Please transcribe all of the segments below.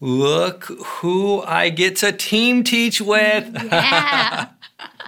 Look who I get to team teach with.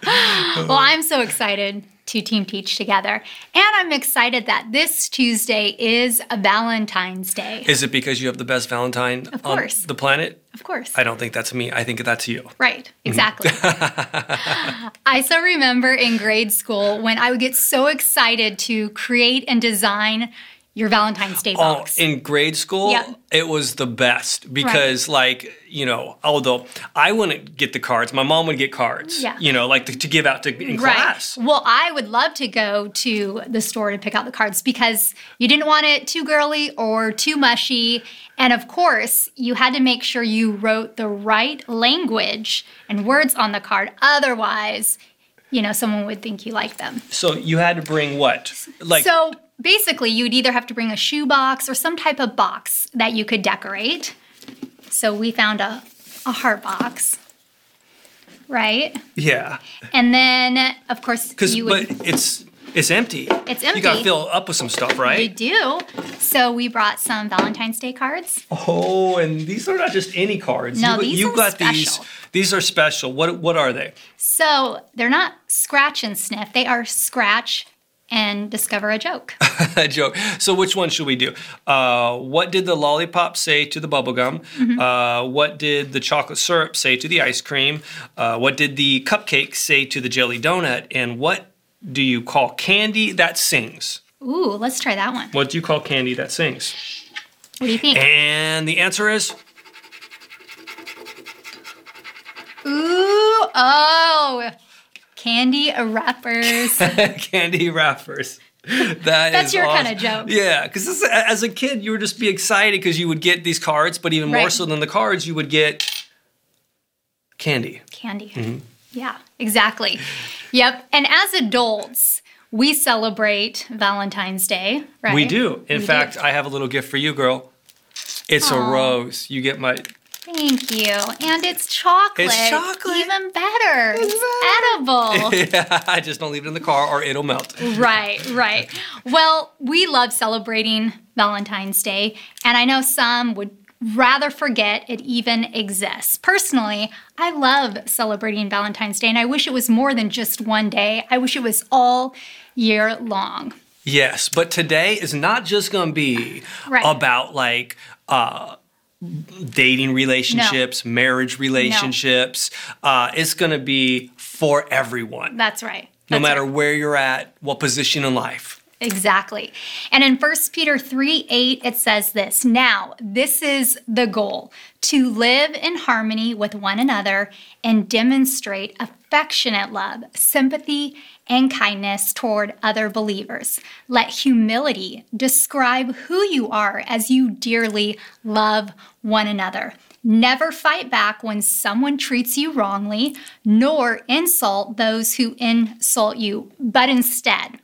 Yeah. well, I'm so excited to team teach together. And I'm excited that this Tuesday is a Valentine's Day. Is it because you have the best Valentine on course. the planet? Of course. I Mm-hmm. don't think that's me. I think that's you. Right, exactly. I so remember in grade school when I would get so excited to create and design your Valentine's Day Oh, box. in grade school, Yeah. it was the best because, like, you know, although I wouldn't get the cards, my mom would get cards, Yeah. you know, like to, to give out to in class. Well, I would love to go to the store to pick out the cards because you didn't want it too girly or too mushy. And of course, you had to make sure you wrote the right language and words on the card. Otherwise, you know, someone would think you like them. So you had to bring what? Like, so basically, you'd either have to bring a shoe box or some type of box that you could decorate. So we found a, a heart box, right? yeah. And then, of course, Because, you would. but it's it's empty. It's You got to empty. fill up with some stuff, We right? do. So we brought some Valentine's Day cards. Oh, and these are not just any cards. No, you, these you are got these. special. These are special. What what are they? So they're not scratch and sniff, they are scratch and discover a joke. a joke. So which one should we do? Uh, what did the lollipop say to the bubblegum? Mm-hmm. Uh, what did the chocolate syrup say to the ice cream? Uh, what did the cupcake say to the jelly donut? And what do you call candy that sings? Ooh, let's try that one. What do you call candy that sings? What do you Eh. think? And the answer is Ooh, oh, candy wrappers. candy wrappers. That That's is your awesome. kinda joke. Yeah, because as a kid, you would just be excited because you would get these cards, but even more Right. so than the cards, you would get candy. candy. Mm-hmm. Yeah, exactly. Yep. And as adults, we celebrate Valentine's Day, right? We do. In We fact, I have a little gift for you, girl. It's a Aw. rose. You get my. Thank you. And it's chocolate. chocolate. Even better. It's edible. I just don't leave it in the car or it'll melt. right, right. Well, we love celebrating Valentine's Day, and I know some would rather forget it even exists. Personally, I love celebrating Valentine's Day, and I wish it was more than just one day. I wish it was all year long. Yes, but today is not just going to be Right. about like uh, dating relationships, marriage relationships. Uh, it's going to be for everyone, That's right. no That's matter right. where you're at, what position in life. Exactly. And in 1 Peter 3 8, it says this Now, this is the goal to live in harmony with one another and demonstrate affectionate love, sympathy, and kindness toward other believers. Let humility describe who you are as you dearly love one another. Never fight back when someone treats you wrongly, nor insult those who insult you, but instead,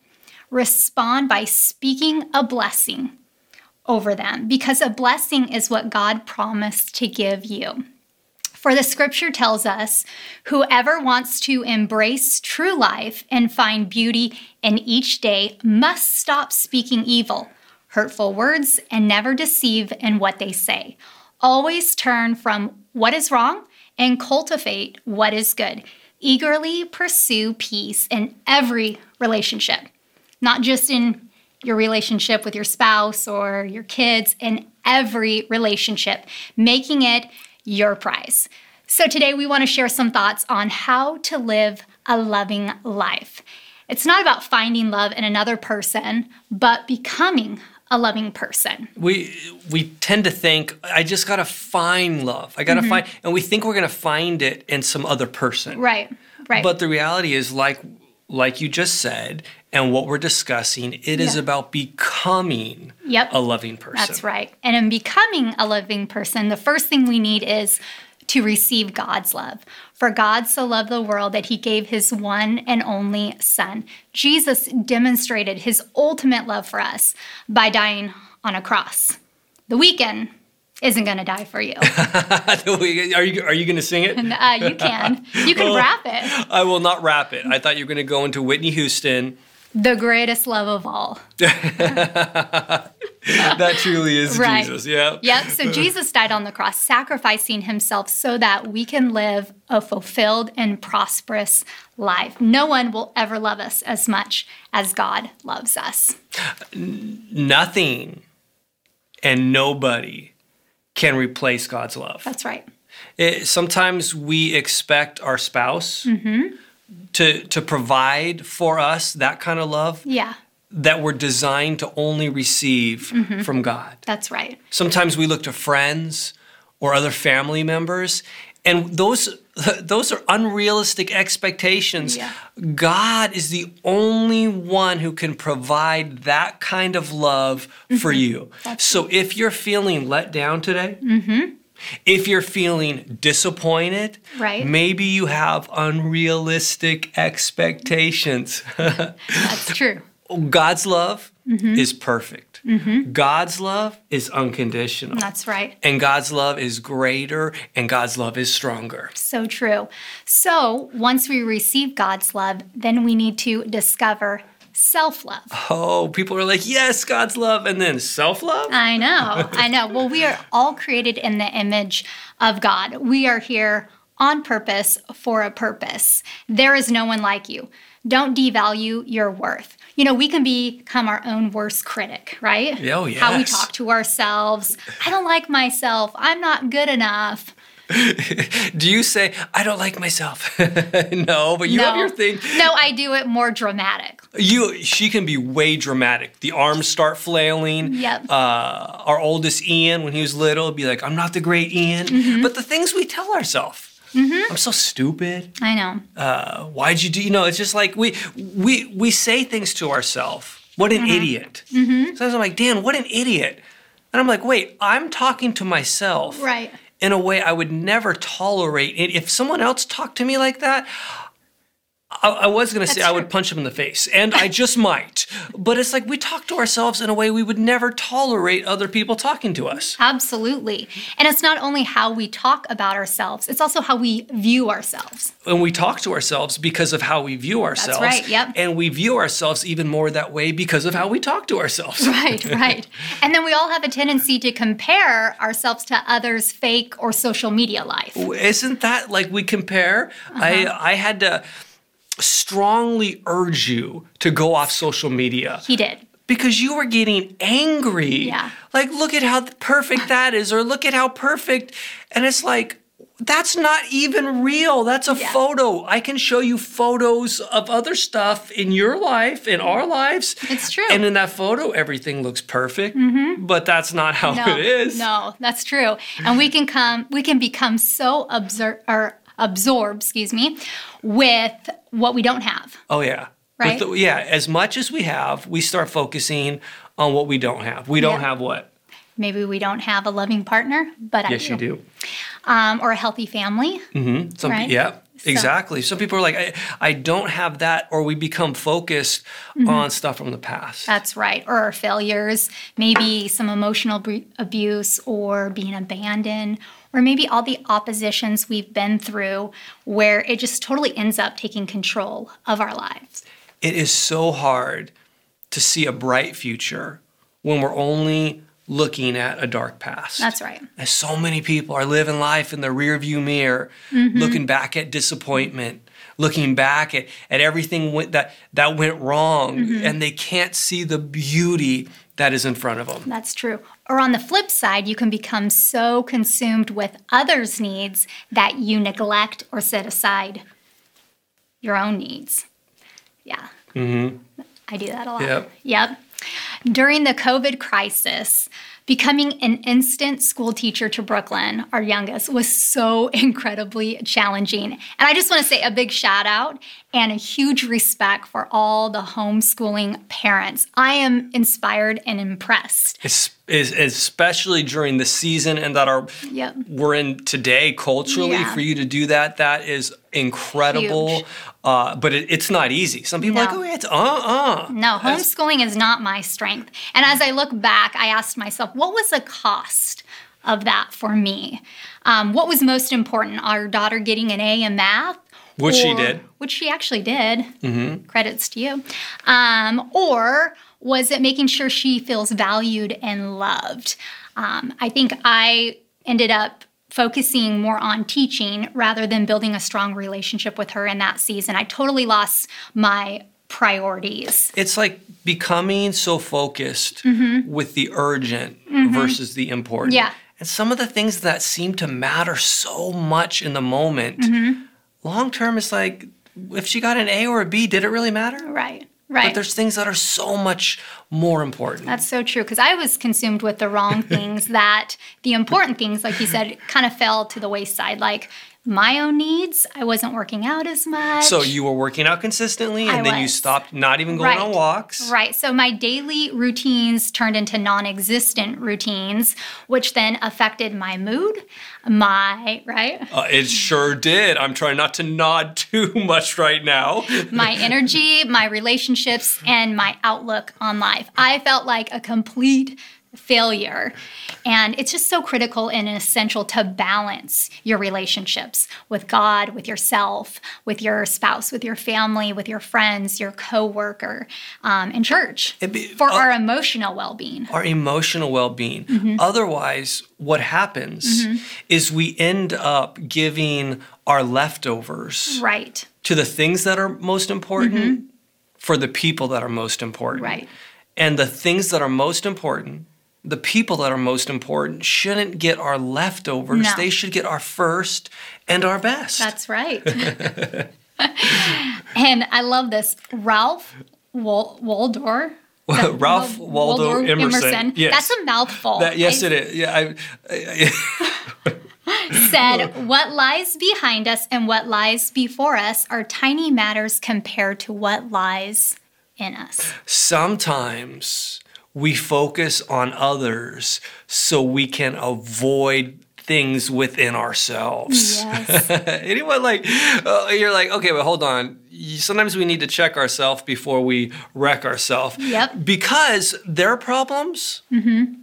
respond by speaking a blessing over them because a blessing is what God promised to give you. For the scripture tells us whoever wants to embrace true life and find beauty in each day must stop speaking evil, hurtful words, and never deceive in what they say. Always turn from what is wrong and cultivate what is good. Eagerly pursue peace in every relationship, not just in your relationship with your spouse or your kids in every relationship, making it your prize. So, today we want to share some thoughts on how to live a loving life. It's not about finding love in another person, but becoming a loving person. we we tend to think I just gotta find love. I gotta find, and we think we're gonna find it in some other person. Mm-hmm. Right, right. But the reality is, like like you just said, and what we're discussing, it is Yeah. about becoming Yep. a loving person. That's right. And in becoming a loving person, the first thing we need is to receive God's love. For God so loved the world that he gave his one and only Son. Jesus demonstrated his ultimate love for us by dying on a cross. The weekend isn't going to die for you. are you are you gonna sing it? Uh, you can. You can wrap it. I will not rap it. I thought you were gonna go into Whitney Houston. the greatest love of all. that truly is Right. Jesus. Yeah. Yep. So Jesus died on the cross, sacrificing himself so that we can live a fulfilled and prosperous life. No one will ever love us as much as God loves us. Nothing and nobody can replace God's love. That's right. It, sometimes we expect our spouse Mm-hmm. to to provide for us that kind of love Yeah. that we're designed to only receive Mm-hmm. from God. That's right. Sometimes we look to friends or other family members, and those those are unrealistic expectations. Yeah. God is the only one who can provide that kind of love for Mm-hmm. you. so if you're feeling let down today, Mm-hmm. if you're feeling disappointed, Right. maybe you have unrealistic expectations. That's true. God's love Mm-hmm. is perfect. God's love is unconditional. That's right. And God's love is greater and God's love is stronger. So true. So once we receive God's love, then we need to discover self love. Oh, people are like, yes, God's love. And then self love? I know, I know. Well, we are all created in the image of God. We are here on purpose for a purpose. There is no one like you. Don't devalue your worth. You know, we can become our own worst critic, right? Oh, How we yes. talk to ourselves. I don't like myself. I'm not good enough. Do you say, I don't like myself? no, but you have No. your thing. No, I do it more dramatic. You, she can be way dramatic. The arms start flailing. Yep. Uh, our oldest Ian, when he was little, would be like, I'm not the great Ian. Mm-hmm. But the things we tell ourselves, I'm so stupid. I know. uh, why'd you do you know it's just like we we we say things to ourselves what Mm-hmm. an idiot sometimes i'm like dan what an idiot and i'm like wait i'm talking to myself Right. in a way i would never tolerate it if someone else talked to me like that I, I was gonna say That's I would true. punch him in the face, and I just might. But it's like we talk to ourselves in a way we would never tolerate other people talking to us. Absolutely. And it's not only how we talk about ourselves, it's also how we view ourselves. and we talk to ourselves because of how we view ourselves. right, yep. And we view ourselves even more that way because of how we talk to ourselves. Right, right. And then we all have a tendency to compare ourselves to others' fake or social media life. Isn't that like we compare? Uh-huh. I I had to strongly urge you to go off social media He did. because you were getting angry. Yeah. Like look at how perfect that is or look at how perfect and it's like that's not even real. That's a Yeah. photo. I can show you photos of other stuff in your life, in our lives. It's true. Mm-hmm. And in that photo, everything looks perfect, but that's not how No, it is. no, that's true. And we can come, we can become so absor- or absorbed, excuse me, with what we don't have. Oh, yeah. With Right? the- yeah. As much as we have, we start focusing on what we don't have. We don't Yeah. have what? Maybe we don't have a loving partner, but I Yes, you do. Um, or a healthy family. Some, Right? Yeah, exactly. Some people are like, I, I don't have that, or we become focused Mm-hmm. on stuff from the past. That's right. Or our failures, maybe some emotional bru- abuse or being abandoned, or maybe all the oppositions we've been through where it just totally ends up taking control of our lives. it is so hard to see a bright future when we're only looking at a dark past. That's right. And so many people are living life in the rearview mirror, Mm-hmm. looking back at disappointment, looking back at, at everything went, that, that went wrong, Mm-hmm. and they can't see the beauty that is in front of them. That's true. Or on the flip side, you can become so consumed with others' needs that you neglect or set aside your own needs. Yeah. Mm-hmm. I do that a lot. Yep. Yep. During the COVID crisis, becoming an instant school teacher to Brooklyn, our youngest, was so incredibly challenging. And I just want to say a big shout out and a huge respect for all the homeschooling parents. I am inspired and impressed. It's, is, especially during the season and that our Yep. we're in today culturally Yeah. for you to do that that is incredible Huge. uh, but it, it's not easy some people are like No. oh yeah, it's uh-uh No, homeschooling is not my strength. And as I look back, I asked myself, what was the cost of that for me? Um, what was most important, our daughter getting an A in math Which she or- did. Mm-hmm. Which she actually did. Credits to you. Um, or was it making sure she feels valued and loved? Um, I think I ended up focusing more on teaching rather than building a strong relationship with her in that season. I totally lost my priorities. It's like becoming so focused with the urgent versus the important. Mm-hmm. Yeah. And some of the things that seem to matter so much in the moment, Mm-hmm. long term, it's like if she got an A or a B, did it really matter? Right. Right. But there's things that are so much more important. That's so true because I was consumed with the wrong things that the important things, like you said, kind of fell to the wayside. Like my own needs, I wasn't working out as much. so you were working out consistently and I then you was. stopped not even going on Right. walks. Right. So my daily routines turned into non existent routines, which then affected my mood, my, right? Uh, it sure did. I'm trying not to nod too much right now. my energy, my relationships, and my outlook on life. I felt like a complete failure. And it's just so critical and essential to balance your relationships with God, with yourself, with your spouse, with your family, with your friends, your coworker, um, and church It'd be- for uh, our emotional well being. our emotional well-being Mm-hmm. otherwise what happens is we end up giving our leftovers Right. to the things that are most important for the people that are most important Mm-hmm. Right. and the things that are most important the people that are most important shouldn't get our leftovers No. they should get our first and our best That's right. and I love this. Ralph Wal- Waldor. Ralph Wal- Waldo Emerson. Yes. That's a mouthful. That- yes I it is yeah I, said, What lies behind us and what lies before us are tiny matters compared to what lies in us. sometimes we focus on others so we can avoid things within ourselves. Yes. Anyone like, uh, you're like, okay, but hold on. You- Sometimes we need to check ourselves before we wreck ourselves. Yep. Mm-hmm. Because their problems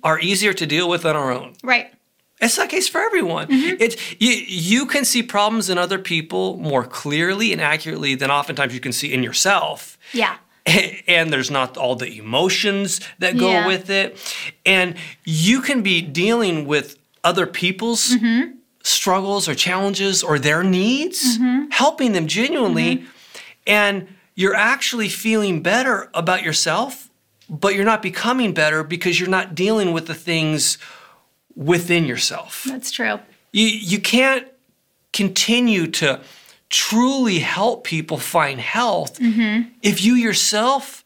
are easier to deal with than our own. right. It's not the case for everyone. Mm-hmm. It's you, you can see problems in other people more clearly and accurately than oftentimes you can see in yourself Yeah. and there's not all the emotions that go Yeah. with it. And you can be dealing with other people's struggles or challenges or their needs, helping them genuinely, and you're actually feeling better about yourself, but you're not becoming better because you're not dealing with the things within yourself That's true. you you can't continue to truly help people find health if you yourself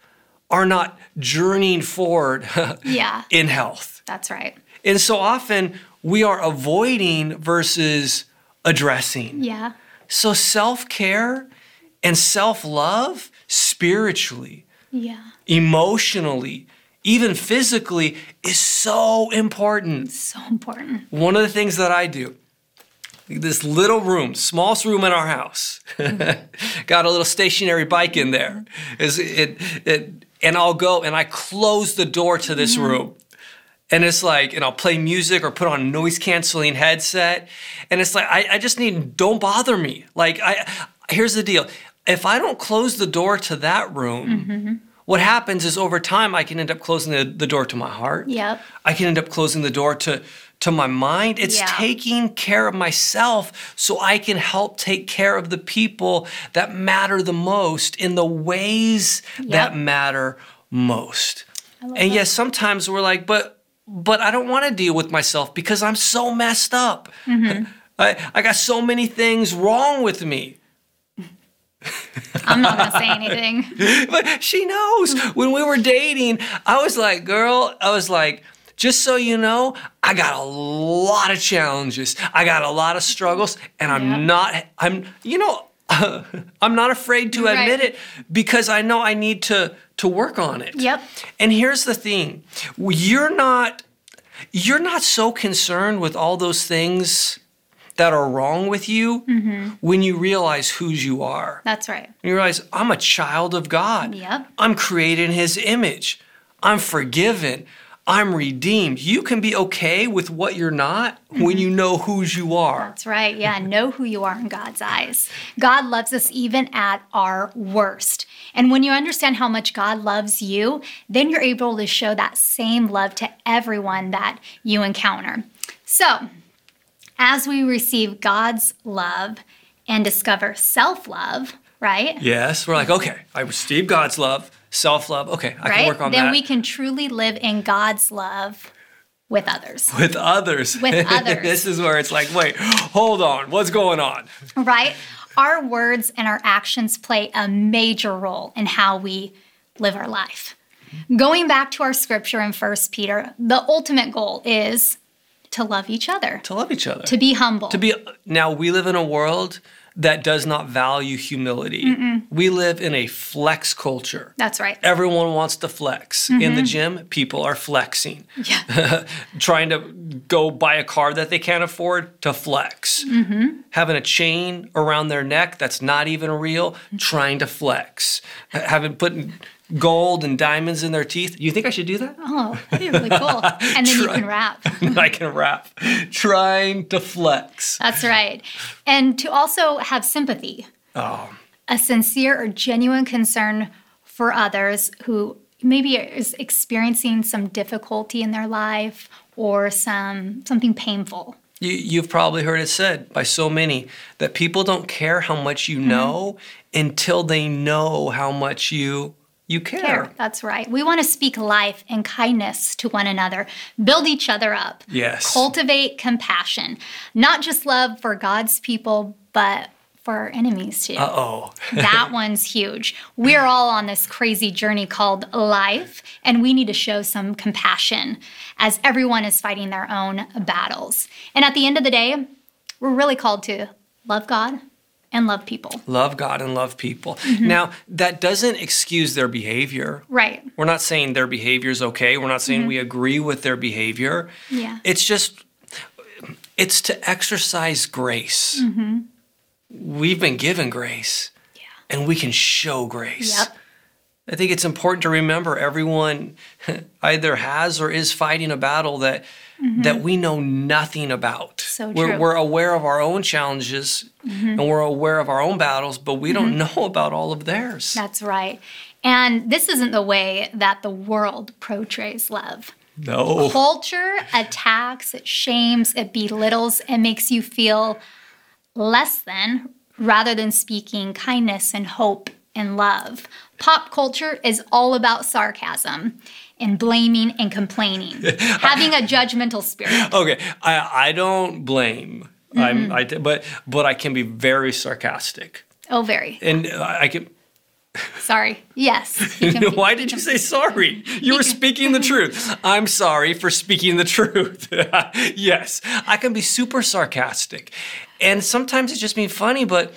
are not journeying forward Yeah. in health. That's right. And so often we are avoiding versus addressing. Yeah. So self-care and self-love spiritually, Yeah. emotionally, even physically is so important So important. one of the things that I do, this little room, smallest room in our house, got a little stationary bike in there. Is it, it, and I'll go and I close the door to this room. And it's like, and I'll play music or put on a noise canceling headset. And it's like, I, I just need, don't bother me. Like, I, here's the deal if I don't close the door to that room, what happens is over time, I can end up closing the, the door to my heart. Yep. I can end up closing the door to to my mind. It's Yeah. taking care of myself so I can help take care of the people that matter the most in the ways that matter most. And yes, sometimes we're like, but but I don't want to deal with myself because I'm so messed up. I, I got so many things wrong with me. I'm not going to say anything. but she knows. When we were dating, I was like, girl, I was like, just so you know, I got a lot of challenges. I got a lot of struggles, and I'm Yeah. not, I'm, you know, I'm not afraid to Right. admit it because I know I need to to work on it. Yep. And here's the thing. You're not you're not so concerned with all those things that are wrong with you Mm-hmm. when you realize whose you are. That's right. And you realize, I'm a child of God. Yep. I'm created in His image. I'm forgiven. I'm redeemed. You can be okay with what you're not Mm-hmm. when you know whose you are. That's right. Yeah, know who you are in God's eyes. God loves us even at our worst. And when you understand how much God loves you, then you're able to show that same love to everyone that you encounter. So, as we receive God's love and discover self love, right? Yes, we're like, okay, I received God's love, self love. Okay, I can right? work on then that we can truly live in God's love with others. with others. With others. this is where it's like, wait, hold on, what's going on? right? Our words and our actions play a major role in how we live our life. Going back to our scripture in 1 Peter, the ultimate goal is to love each other, To love each other. to be humble. to be now we live in a world that does not value humility. We live in a flex culture. That's right. Everyone wants to flex. In the gym, people are flexing. Mm-hmm. Yeah. trying to go buy a car that they can't afford to flex, Mm-hmm. having a chain around their neck that's not even real, trying to flex, Ha- having putting gold and diamonds in their teeth. You think I should do that? Oh, that'd be really cool. And then you Try. can rap. I can rap. trying to flex. That's right. And to also have sympathy, Oh, a sincere or genuine concern for others who maybe is experiencing some difficulty in their life or some something painful. you, you've probably heard it said by so many that people don't care how much Mm-hmm. you know until they know how much you you care. care. That's right. We want to speak life and kindness to one another, build each other up, Yes. cultivate compassion, not just love for God's people, but for our enemies too. Uh oh. that one's huge. We're all on this crazy journey called life, and we need to show some compassion as everyone is fighting their own battles. And at the end of the day, we're really called to love God and love people. love God and love people. Mm-hmm. Now, that doesn't excuse their behavior. Right. We're not saying their behavior is okay. We're not saying we agree with their behavior. Mm-hmm. Yeah. It's just, it's to exercise grace. Mm-hmm. We've been given grace and we can show grace. Yep. I think it's important to remember everyone either has or is fighting a battle that that we know nothing about. Mm-hmm. So We're, true. Mm-hmm. we're aware of our own challenges and we're aware of our own battles, but we don't know about all of theirs. That's right. And this isn't the way that the world portrays love. No. Culture attacks, it shames, it belittles, it makes you feel less than rather than speaking kindness and hope and love. Pop culture is all about sarcasm and blaming and complaining, having a judgmental spirit. Okay, I I don't blame. Mm-hmm. I'm, I d- but but I can be very sarcastic, Oh, very. and I I can. Sorry. Yes. you can be- Why did you say sorry? You were speaking the truth. I'm sorry for speaking the truth. yes, I can be super sarcastic. And sometimes it's just being funny, but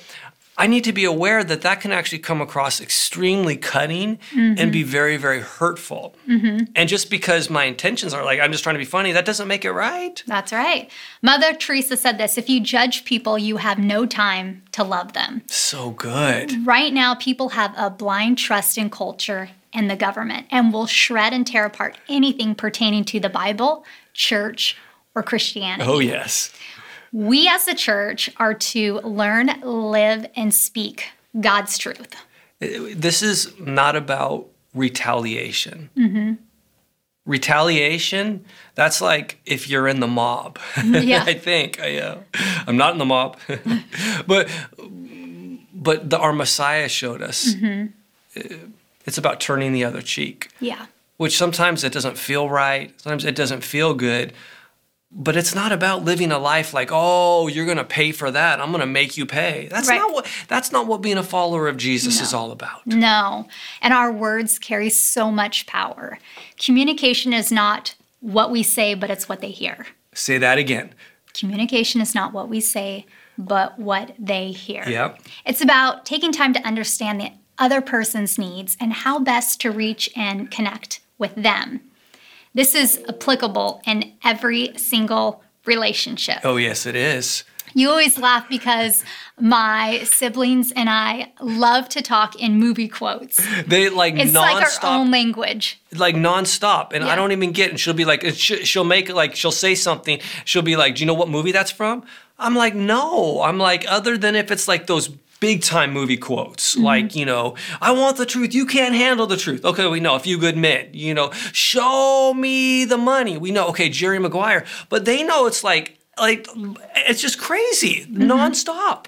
I need to be aware that that can actually come across extremely cutting and be very, very hurtful. And just because my intentions are like, I'm just trying to be funny, that doesn't make it right. That's right. Mother Teresa said this if you judge people, you have no time to love them. So good. Right now, people have a blind trust in culture and the government and will shred and tear apart anything pertaining to the Bible, church, or Christianity. Oh, yes. We as a church are to learn, live, and speak God's truth. this is not about retaliation. Mm-hmm. Retaliation, that's like if you're in the mob. Mm-hmm. Yeah. I think. I, uh, I'm not in the mob. but but the, our Messiah showed us Mm-hmm. uh, it's about turning the other cheek, Yeah. which sometimes it doesn't feel right, sometimes it doesn't feel good. But it's not about living a life like, oh, you're gonna pay for that. I'm gonna make you pay. That's Right. not what that's not what being a follower of Jesus is all about. No. And our words carry so much power. Communication is not what we say, but it's what they hear. Say that again. Communication is not what we say, but what they hear. Yep. It's about taking time to understand the other person's needs and how best to reach and connect with them. This is applicable in every single relationship. Oh, yes, it is. You always laugh because my siblings and I love to talk in movie quotes. They like It's like nonstop, our own language. like nonstop, and I Yeah. don't even get. it. And she'll be like, she, she'll make it like she'll say something. She'll be like, "Do you know what movie that's from?" I'm like, "No." I'm like, other than if it's like those big time movie quotes, Mm-hmm. like you know, "I want the truth. You can't handle the truth." Okay, we know a few good men. You know, show me the money. We know. Okay, Jerry Maguire, but they know it's like. Like it's just crazy, Mm-hmm. nonstop.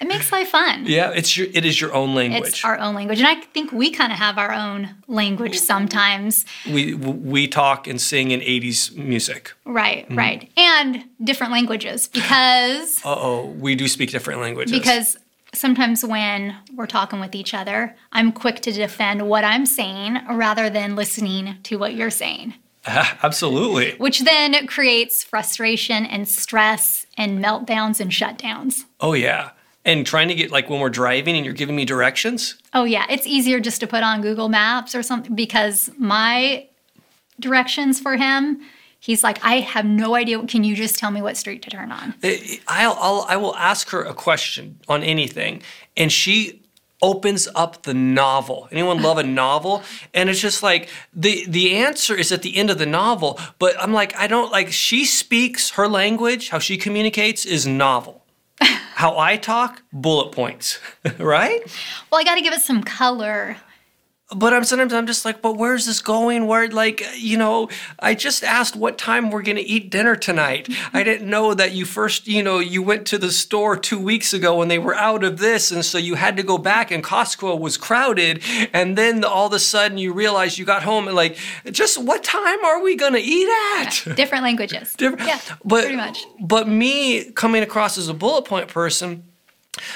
It makes life fun. Yeah, it's your it is your own language. It's our own language. And I think we kind of have our own language sometimes. we we talk and sing in 80s music. Right, Mm. right. And different languages because Uh-oh, we do speak different languages. because sometimes when we're talking with each other, I'm quick to defend what I'm saying rather than listening to what you're saying, absolutely. which then creates frustration and stress and meltdowns and shutdowns. Oh yeah. And trying to get like when we're driving and you're giving me directions, Oh yeah, it's easier just to put on Google Maps or something because my directions for him, he's like, I have no idea. Can you just tell me what street to turn on? I- eh, I'll, I'll I will ask her a question on anything and she opens up the novel. Anyone love a novel? And it's just like the the answer is at the end of the novel, but I'm like I don't like she speaks her language, how she communicates is novel. how I talk, bullet points, right? Well, I got to give it some color. but I'm sometimes I'm just like, but where's this going? Where like you know, I just asked what time we're gonna eat dinner tonight. I didn't know that you first you know you went to the store two weeks ago and they were out of this, and so you had to go back and Costco was crowded, and then all of a sudden you realize you got home and like, just what time are we gonna eat at? Different languages. Different- Yeah, but pretty much. but me coming across as a bullet point person,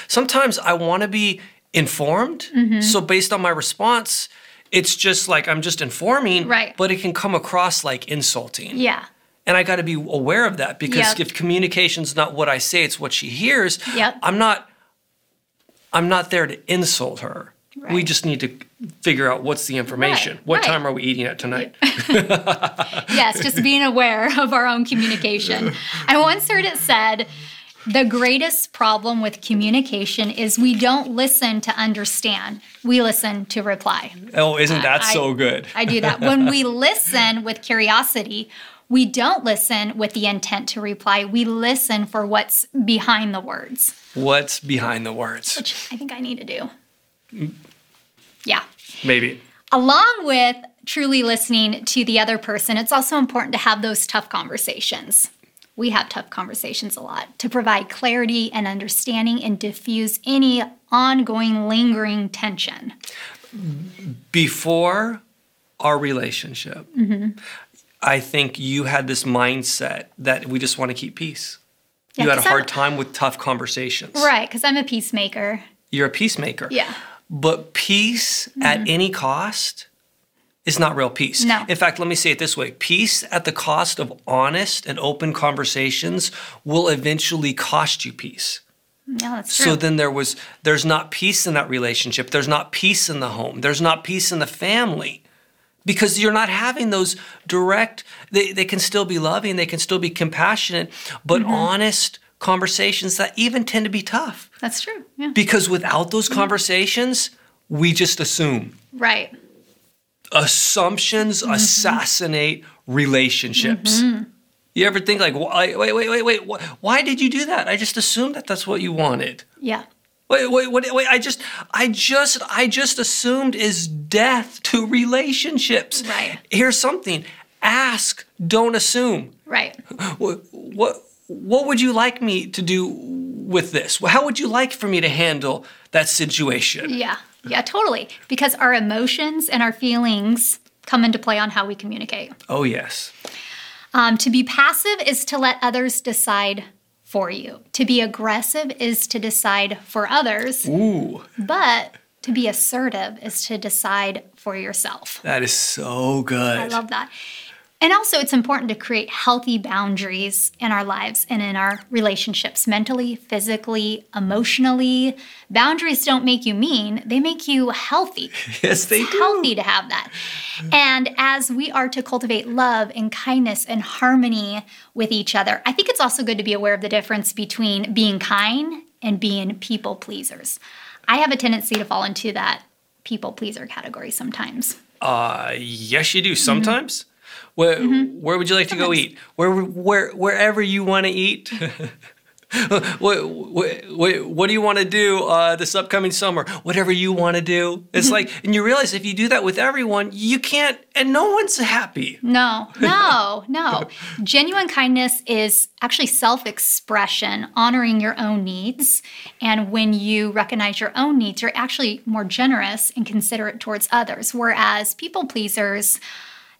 sometimes I want to be informed. Mm-hmm. So based on my response, it's just like I'm just informing, Right. But it can come across like insulting. Yeah. And I got to be aware of that because Yep. if communication's not what I say, it's what she hears. Yep. I'm not. I'm not there to insult her. We Right. just need to figure out what's the information. Right, What right. time are we eating at tonight? yes, just being aware of our own communication. I once heard it said the greatest problem with communication is we don't listen to understand, we listen to reply. Oh, isn't that I- so good? I do that. When we listen with curiosity, we don't listen with the intent to reply, we listen for what's behind the words, What's behind the words? which I think I need to do. Yeah. Maybe. along with truly listening to the other person, it's also important to have those tough conversations. We have tough conversations a lot to provide clarity and understanding and diffuse any ongoing lingering tension. before our relationship, Mm-hmm. I think you had this mindset that we just want to keep peace. Yeah, you had a 'cause I'm- hard time with tough conversations. Right, because I'm a peacemaker. You're a peacemaker. Yeah. Mm-hmm. But peace at any cost is not real peace. No. In fact, let me say it this way peace at the cost of honest and open conversations will eventually cost you peace. No, that's true. So then there was there's not peace in that relationship. There's not peace in the home. There's not peace in the family. Because you're not having those direct they, they can still be loving, they can still be compassionate, but honest conversations that even tend to be tough. that's true. Yeah. Because without those conversations, we just assume. Right. Assumptions assassinate relationships. You ever think like, why- wait, wait, wait, wait, wh- why did you do that? I just assumed that that's what you wanted. Yeah. Wait, wait, wait, wait! I just, I just, I just assumed is death to relationships. Right. Here's something: ask, don't assume. Right. What, what, what would you like me to do with this? How would you like for me to handle that situation? Yeah. Yeah, totally. Because our emotions and our feelings come into play on how we communicate. Oh yes. Um, to be passive is to let others decide for you. To be aggressive is to decide for others. Ooh, But to be assertive is to decide for yourself. that is so good. I love that. And also, it's important to create healthy boundaries in our lives and in our relationships, mentally, physically, emotionally. Boundaries don't make you mean, they make you healthy. Yes, they it's healthy to have that. And as we are to cultivate love and kindness and harmony with each other, I think it's also good to be aware of the difference between being kind and being people pleasers. I have a tendency to fall into that people pleaser category sometimes. Uh, yes, you do sometimes. Where, where would you like to go eat? Where, where, wherever you want to eat. what, what, what, what do you want to do uh, this upcoming summer? Whatever you want to do. It's like, and you realize if you do that with everyone, you can't, and no one's happy. No, no, no. Genuine kindness is actually self expression, honoring your own needs. And when you recognize your own needs, you're actually more generous and considerate towards others. Whereas people pleasers,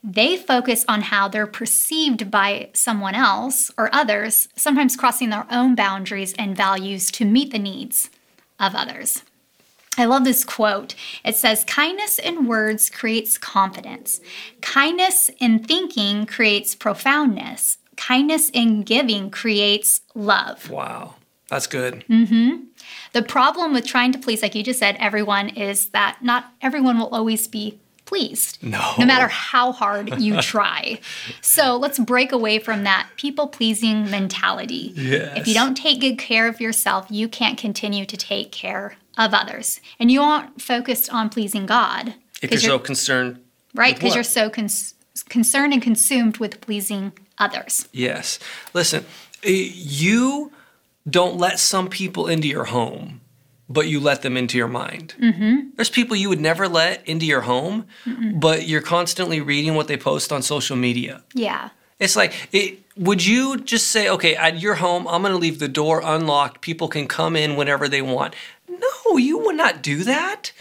they focus on how they're perceived by someone else or others, sometimes crossing their own boundaries and values to meet the needs of others. I love this quote. It says, Kindness in words creates confidence. Kindness in thinking creates profoundness. Kindness in giving creates love. Wow, that's good. The problem with trying to please, like you just said, everyone is that not everyone will always be pleased, No. no matter how hard you try. so let's break away from that people pleasing mentality. If Yes. you don't take good care of yourself, you can't continue to take care of others. And you aren't focused on pleasing God. If 'cause you're so concerned right with because what? you're so cons- concerned and consumed with pleasing others. Yes. Listen, eh, you don't let some people into your home, but you let them into your mind. Mm-hmm. There's people you would never let into your home, but you're constantly reading what they post on social media. Yeah. It's like, it, would you just say, okay, at your home, I'm going to leave the door unlocked. People can come in whenever they want. No, you would not do that.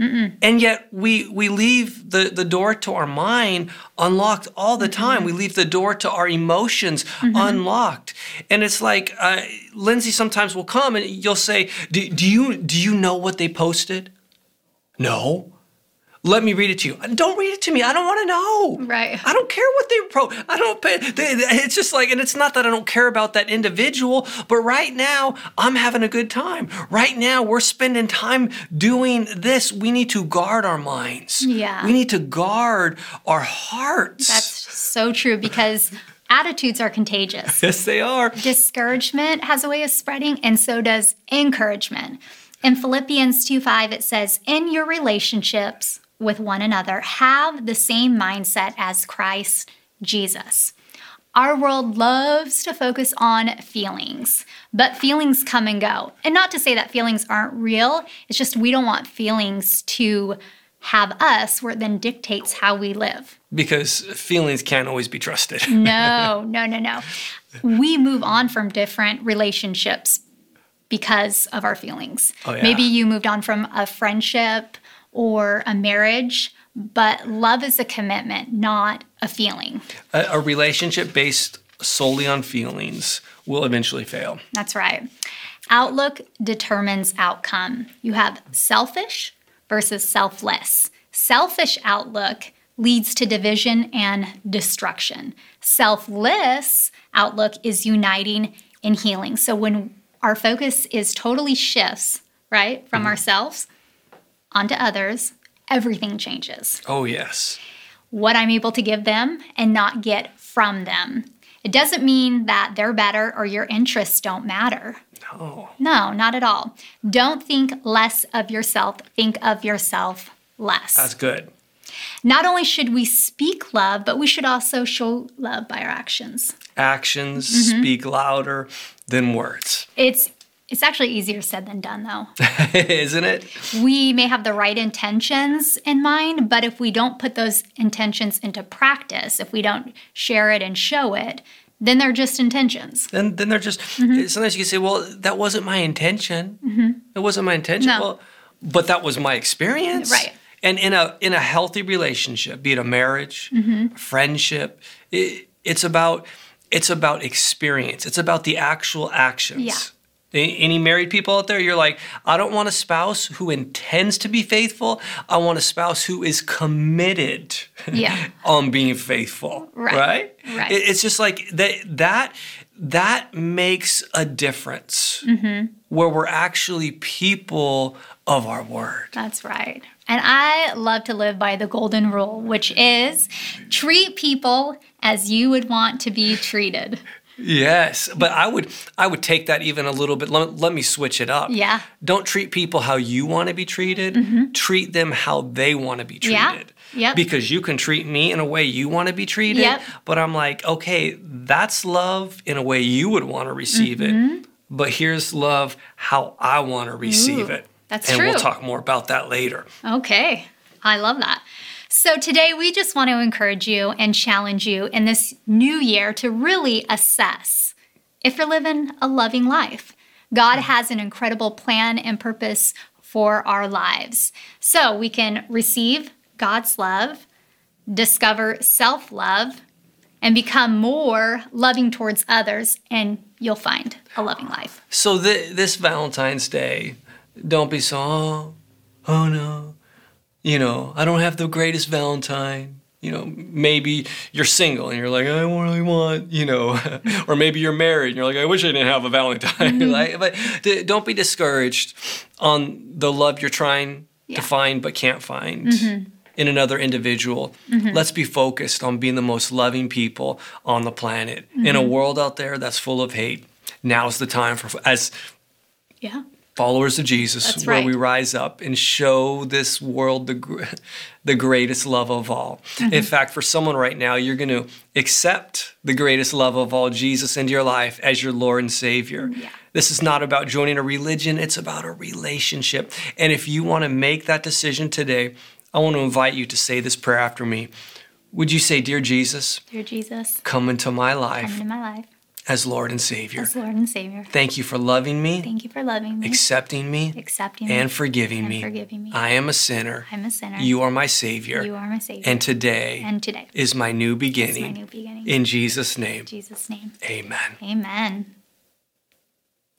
And yet we we leave the, the door to our mind unlocked all the time. We leave the door to our emotions unlocked. And it's like uh, Lindsay sometimes will come and you'll say, do, do you do you know what they posted? No. Let me read it to you. Don't read it to me. I don't want to know. Right. I don't care what they pro. I don't pay. They, they- it's just like, and it's not that I don't care about that individual, but right now I'm having a good time. Right now we're spending time doing this. We need to guard our minds. Yeah. We need to guard our hearts. That's so true because attitudes are contagious. yes, they are. Discouragement has a way of spreading, and so does encouragement. In Philippians 2 5, it says, In your relationships with one another, have the same mindset as Christ Jesus. Our world loves to focus on feelings, but feelings come and go. And not to say that feelings aren't real, it's just we don't want feelings to have us where it then dictates how we live. Because feelings can't always be trusted. No, no, no, no. We move on from different relationships because of our feelings. Oh, yeah. Maybe you moved on from a friendship or a marriage, but love is a commitment, not a feeling. A, a relationship based solely on feelings will eventually fail. That's right. Outlook determines outcome. You have selfish versus selfless. Selfish outlook leads to division and destruction. Selfless outlook is uniting and healing. So when our focus is totally shifts, right, from ourselves onto others, everything changes Oh yes. what I'm able to give them and not get from them. It doesn't mean that they're better or your interests don't matter. No. No, not at all. Don't think less of yourself, think of yourself less. That's good. not only should we speak love, but we should also show love by our actions. Actions Mm-hmm. speak louder than words. It's it's actually easier said than done though. Isn't it? we may have the right intentions in mind, but if we don't put those intentions into practice, if we don't share it and show it, then they're just intentions. Then then they're just Mm-hmm. eh, sometimes you can say, Well, that wasn't my intention. It wasn't my intention. No. Well, but that was my experience. Right. And in a in a healthy relationship, be it a marriage, Mm-hmm. a friendship, i it's about it's about experience. It's about the actual actions. Yeah. A- Any married people out there, you're like, I don't want a spouse who intends to be faithful. I want a spouse who is committed Yeah. on being faithful. Right, Right? right. It- it's just like that that that makes a difference Mm-hmm. where we're actually people of our word. That's right. And I love to live by the golden rule, which is treat people as you would want to be treated. Yes, but I would I would take that even a little bit. Let, let me switch it up. Yeah. Mm-hmm. Don't treat people how you want to be treated. Treat them how they want to be treated. Yeah, yep. Because you can treat me in a way you want to be treated. Yep. But I'm like, okay, that's love in a way you would want to receive Mm-hmm. it. But here's love how I want to receive Ooh, it. that's and true. we'll talk more about that later. Okay. I love that. So today we just want to encourage you and challenge you in this new year to really assess if you're living a loving life. God has an incredible plan and purpose for our lives. So we can receive God's love, discover self love, and become more loving towards others, and you'll find a loving life. So th- this Valentine's Day, don't be so oh, oh no, you know I don't have the greatest Valentine. You know maybe you're single and you're like I don't really want you know, or maybe you're married and you're like I wish I didn't have a Valentine. like, but d- don't be discouraged on the love you're trying Yeah. to find but can't find. In another individual, let's be focused on being the most loving people on the planet. In a world out there that's full of hate, now's the time for as Yeah. followers of Jesus, That's where right. we rise up and show this world the gr- the greatest love of all. Mm-hmm. In fact, for someone right now, you're going to accept the greatest love of all, Jesus, into your life as your Lord and Savior. Mm, This is not about joining a religion; it's about a relationship. And if you want to make that decision today, I want to invite you to say this prayer after me. Would you say, "Dear Jesus, Dear Jesus, come into my come life into my life as Lord and Savior. as Lord and Savior. Thank you for loving me, Mm-hmm. Thank you for loving me. accepting me, accepting and me forgiving and me. forgiving me. I am a sinner. I'm a sinner. You are my Savior. You are my Savior. And today And today is my new is my beginning. new beginning. In Jesus' name, Jesus' name. amen. Amen.